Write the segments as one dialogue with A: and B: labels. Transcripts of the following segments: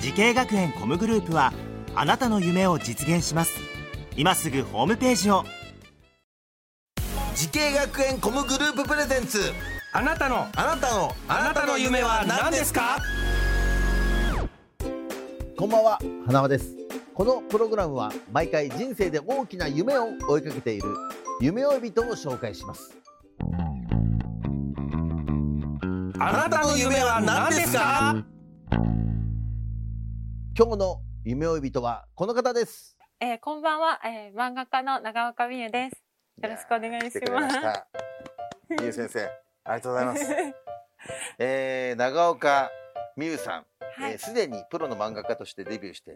A: 時系学園コムグループはあなたの夢を実現します今すぐホームページを
B: 時系学園コムグループプレゼンツ
C: あなたの
B: あなたの
C: あなたの夢は何ですか
D: こんばんは、花輪です。このプログラムは毎回人生で大きな夢を追いかけている夢追い人を紹介します。
C: あなたの夢は何ですか
D: 今日の夢追い人はこの方です。
E: えー、こんばんは、えー、漫画家の長岡美優です。よろしくお願いし
B: 来てくれ
E: ま。
B: ますしたゆう先生ありがとうございます えー、長岡美優さんすで、
E: はい
B: えー既にプロの漫画家としてデビューして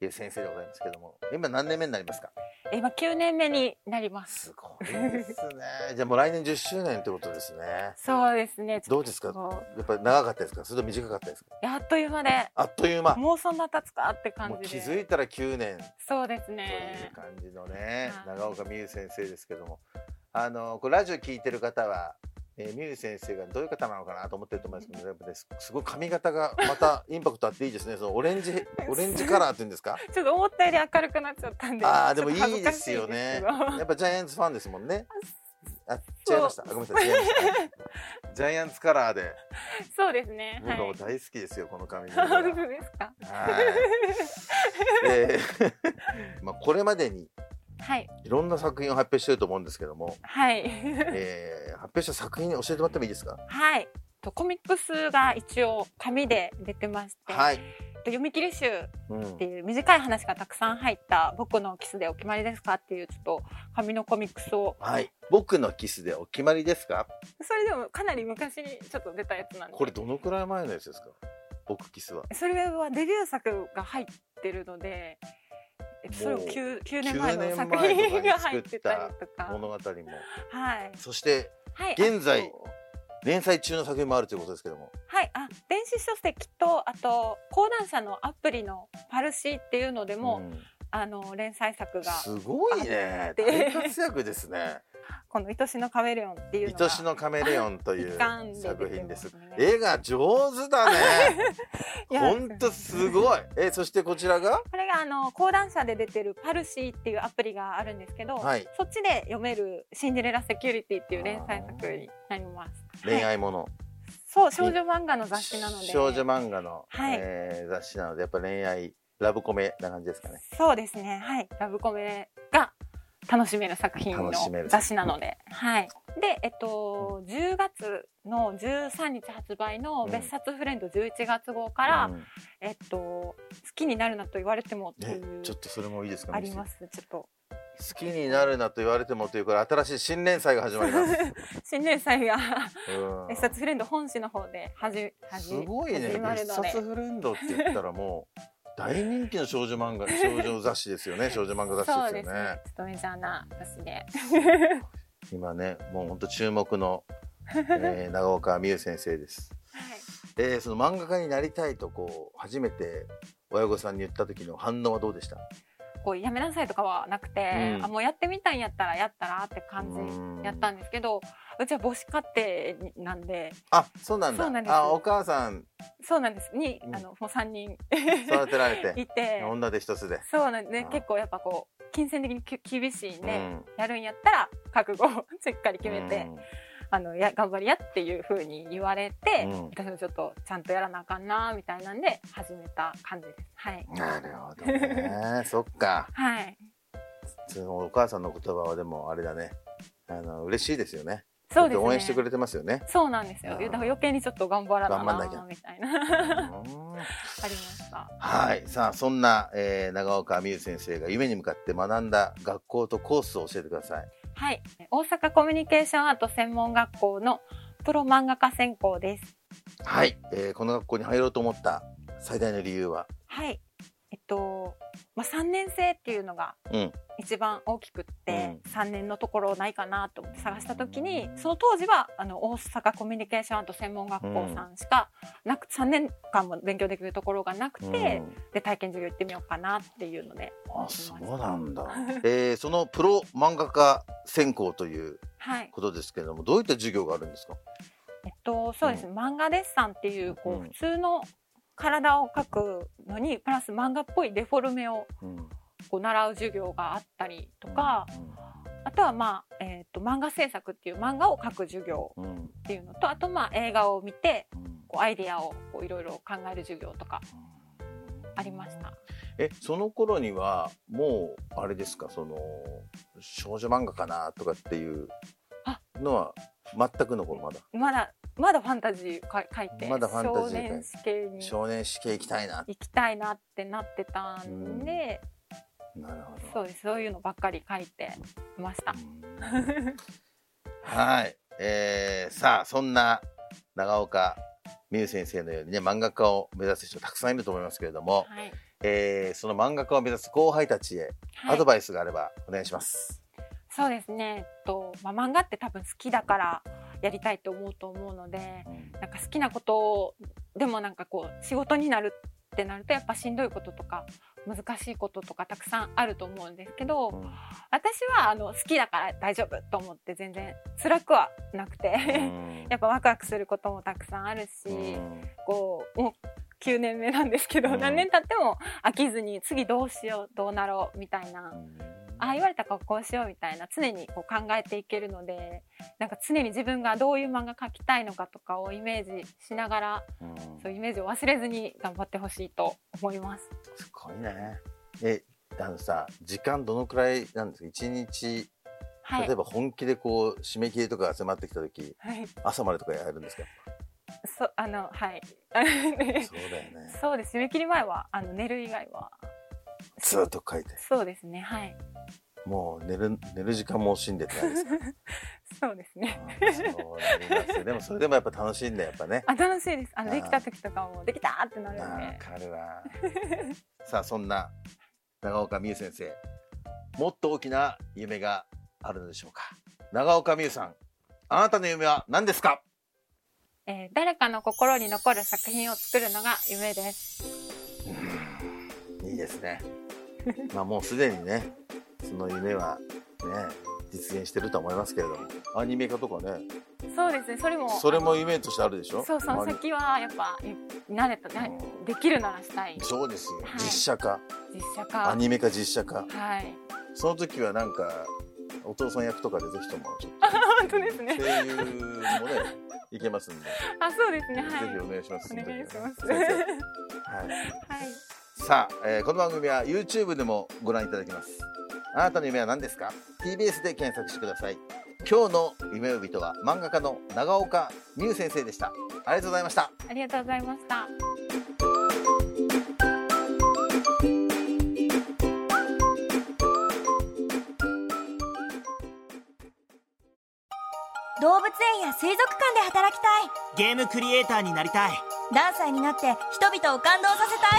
B: いる先生でございますけども今何年目になりますか
E: えー今9年目になります。
B: すごいですね じゃあもう来年10周年ってことですね
E: そうですね。
B: どうですか
E: こ
B: やっぱり長かったですかそれとも短かったですか
E: うあっという間で、
B: あっという間も
E: もうそんな経つかって感
B: う
E: じ
B: 気
E: で。
B: づいたら9年
E: そうです
B: という
E: ね。
B: 感じのね、
E: はい
B: 長岡美優先生ですけどもあのこれラジオ聞いてる方は、えー、美優先生がどういう方なのかなと思ってると思いますけどやっぱねすすごい髪型がまたインパクトあっていいですねそのオレン ジオレンジカラーっていうんですか
E: ちょっと思ったより明るくなっちゃったんで。
B: ああで
E: ちょっ
B: も
E: と
B: いい
E: 恥ず
B: で
E: かし
B: すよね
E: ですけど
B: やっぱジャイアンツファンですもんねあ
E: そう
B: 違いましたあごめんなさい違いましたジャイアンツカラーで
E: そうですね。
B: 僕は
E: は。
B: いもう大好きですよこの髪型 は
E: 本当ですか。
B: いで まあこれまでに
E: はい。
B: いろんな作品を発表してると思うんですけども
E: はい。
B: えー発表した作品教えてもらってもいいですか。
E: はい。とコミックスが一応紙で出てまして、
B: はい。
E: と読み切り集
B: うん
E: っていう短い話がたくさん入った「僕のキスでお決まりですか?」っていうちょっと紙のコミックスを
B: はい。僕のキスでお決まりですか。
E: それでもかなり昔にちょっと出たやつなんで
B: これどのくらい前のやつですか。僕キスは。
E: それはデビュー作が入ってるのでえそれを
B: もう
E: 9, 9年前の
B: 9年前
E: 作
B: とか
E: 品
B: に
E: が入ってたりとか
B: 物語も。
E: はい、
B: そして
E: はい、
B: 現在
E: あと
B: 連載中の作品もあるということですけども。
E: はいあ電子書籍とあと講談社のアプリの「パルシー」っていうのでも、
B: うん
E: あの連載作が
B: すごい
E: あ
B: ね
E: っ。て
B: 大活躍ですね。
E: この「愛しのカメレオン」っていうのが
B: 愛しのカメレオンという
E: 一巻で出てます
B: 作品です。
E: ね
B: 絵が上手だね。
E: いや
B: 本当すごい。え、そしてこちらが。
E: これがあの講談社で出てるパルシーっていうアプリがあるんですけど、
B: はい
E: そっちで読めるシンデレラセキュリティっていう連載作になります。
B: 恋
E: はい
B: 愛もの。
E: そう少女漫画の雑誌なので。
B: 少女漫画の、
E: はい
B: えー雑誌なのでやっぱ恋愛ラブコメな感じですかね。
E: そうですね。はい。ラブコメが楽しめる作品の
B: 楽しめる
E: 雑誌なので、はい。で、えっと10月の13日発売の別冊フレンド11月号から、
B: うん
E: えっと好きになるなと言われてもってい
B: ね
E: う、
B: ちょっとそれもいいですか
E: ありますす。ちょっと
B: 好きになるなと言われてもというから新しい新連載が始まります。
E: 新年祭が。
B: うん
E: 別冊フレンド本誌の方で始始
B: すごいね
E: 始まる
B: 別
E: ので
B: 冊フレンドって言ったらもう大人気の少女漫画少女雑誌ですよね少女漫画雑
E: そう
B: 誌で
E: ですす
B: よ
E: ね
B: ね。
E: ちょっとメジャーな雑誌で
B: 今ねもう本当注目 の、えー長岡美優先生です。えーその漫画家になりたいとこう初めて親御さんに言った時の反応はどうでした？
E: こうやめなさいとかはなくて、
B: うん
E: あもうやってみたんやったらやったらって感
B: うん
E: じやったんですけどうちは母子家庭なんで
B: あ、そうなんだ。
E: そうなんです
B: あ、お母さん
E: そうなんですに、
B: うん
E: あのもう3人
B: 育てられて、
E: いて
B: 女で一つで。
E: そうなんで
B: あ
E: 結構やっぱこう金銭的にき厳しいんで、
B: うん
E: やるんやったら覚悟をしっかり決めて、
B: うん
E: あのや頑張りやっていうふうに言われて、
B: うん
E: 私もちょっとちゃんとやらなあかんなみたいなんで始めた感じです。はい
B: なるほどね。 そっか。
E: はい、
B: そのお母さんの言葉はでもあれだね。あの嬉しいですよね。
E: そうですね。
B: 応援してくれてますよ ね。
E: そうなんですよ。
B: あー
E: だから余計にちょっと頑張らな
B: 頑張んなきゃ
E: みたいな あり
B: うん
E: ました。
B: はい。さあそんな、えー長岡美優先生が夢に向かって学んだ学校とコースを教えてください。
E: はい、大阪コミュニケーションアート専門学校のプロ漫画家専攻です。
B: はい。えーこの学校に入ろうと思った最大の理由は。
E: はい。えっと、まあ、3年生っていうのが
B: うん
E: 一番大きくって、3年のところないかなと思って探した時に、その当時はあの大阪コミュニケーションアート専門学校さんしかなく、3年間も勉強できるところがなくて、
B: うん
E: で体験授業行ってみようかなっていうので、
B: あそうなんだ、えー、そのプロ漫画家専攻という
E: はい。
B: ことですけれどもどういった授業があるんですか
E: えっと、そうですね、漫画デッサンっていうこ
B: うん
E: う普通の体を描くのにプラス漫画っぽいデフォルメをこう習う授業があったりとか、あとは、まあえー、と漫画制作っていう漫画を描く授業
B: うんうん
E: っていうのとあと、まあ、映画を見て
B: うん
E: こうアイディアをこういろいろ考える授業とかありました。
B: えその頃にはもうあれですかその少女漫画かなとかっていう
E: あ
B: のは全くの頃まだ
E: まだまだファンタジーか書いて、
B: まだファンタ
E: 少
B: ジーか
E: 年誌系に
B: 少年誌系行きたいな
E: 行きたいなってなってたんで、
B: なるほど
E: そうですそういうのばっかり書いてました。
B: はい、えー、さあそんな長岡美優先生のようにね漫画家を目指す人たくさんいると思いますけれども、
E: はい
B: えー、その漫画家を目指す後輩たちへ
E: はい
B: アドバイスがあればお願いします。
E: そうですね、えっとまあ、漫画って多分好きだからやりたいと思うと思うのでなんか好きなことをでもなんかこう仕事になるってなるとやっぱしんどいこととか難しいこととかたくさんあると思うんですけど、
B: う ん
E: 私はあの好きだから大丈夫と思って全然辛くはなくて、 やっぱワクワクすることもたくさんあるし、こうもう9年目なんですけど、
B: うん
E: 何年経っても飽きずに次どうしようどうなろうみたいな。ああ言われたからこうしようみたいな常にこう考えていけるのでなんか常に自分がどういう漫画描きたいのかとかをイメージしながらそういうイメージを忘れずに頑張ってほしいと思います。
B: すごいね。え、あのさ、時間どのくらいなんですか。一日、
E: はい
B: 例え、ば本気でこう締め切りとかが迫ってきた時、
E: はい、
B: 朝までとかやるんですか。
E: そあのはい
B: そうだよね。
E: そうです締め切り前はあの寝る以外は
B: ずーっと書いて、
E: そうですねはい
B: もう寝る寝る時間も惜しんでってないですか。
E: そうですね
B: そうなりますよでもそれでもやっぱ楽しいんだよやっぱね。
E: あ楽しいですあの
B: あー
E: できた時とかもできたーってなるん
B: わ
E: で
B: かるわ。 さあそんな長岡美優先生、もっと大きな夢があるのでしょうか。長岡美優さん、あなたの夢は何ですか。
E: えー誰かの心に残る作品を作るのが夢です
B: いいですね。 まあもうすでにね、その夢はね、実現してると思いますけれども、アニメ化とかね、
E: そうですねそれも
B: それも夢としてあるでしょ
E: そうその
B: まあ
E: 先はやっぱい慣れたな
B: うん
E: できるならしたい
B: そうですよ
E: はい。
B: 実写化、
E: 実写化
B: アニメ化実写化。
E: はい
B: その時はなんか、お父さん役とかでぜひとも、ちょっ
E: 本当です
B: と
E: ね
B: 声優もね、いけますんで、ぜ
E: あそうですねはい
B: ひお願いします。
E: お願いします
B: その時は先生はい。
E: はい
B: さあ、えーこの番組は YouTube でもご覧いただけますあなたの夢は何ですか TBS で検索してください今日の夢呼人は漫画家の長岡美優先生でしたありがとうございました
E: ありがとうございました
F: 動物園や水族館で働きたい
A: ゲームクリエイターになりたい
F: 何歳になって人々を感動させた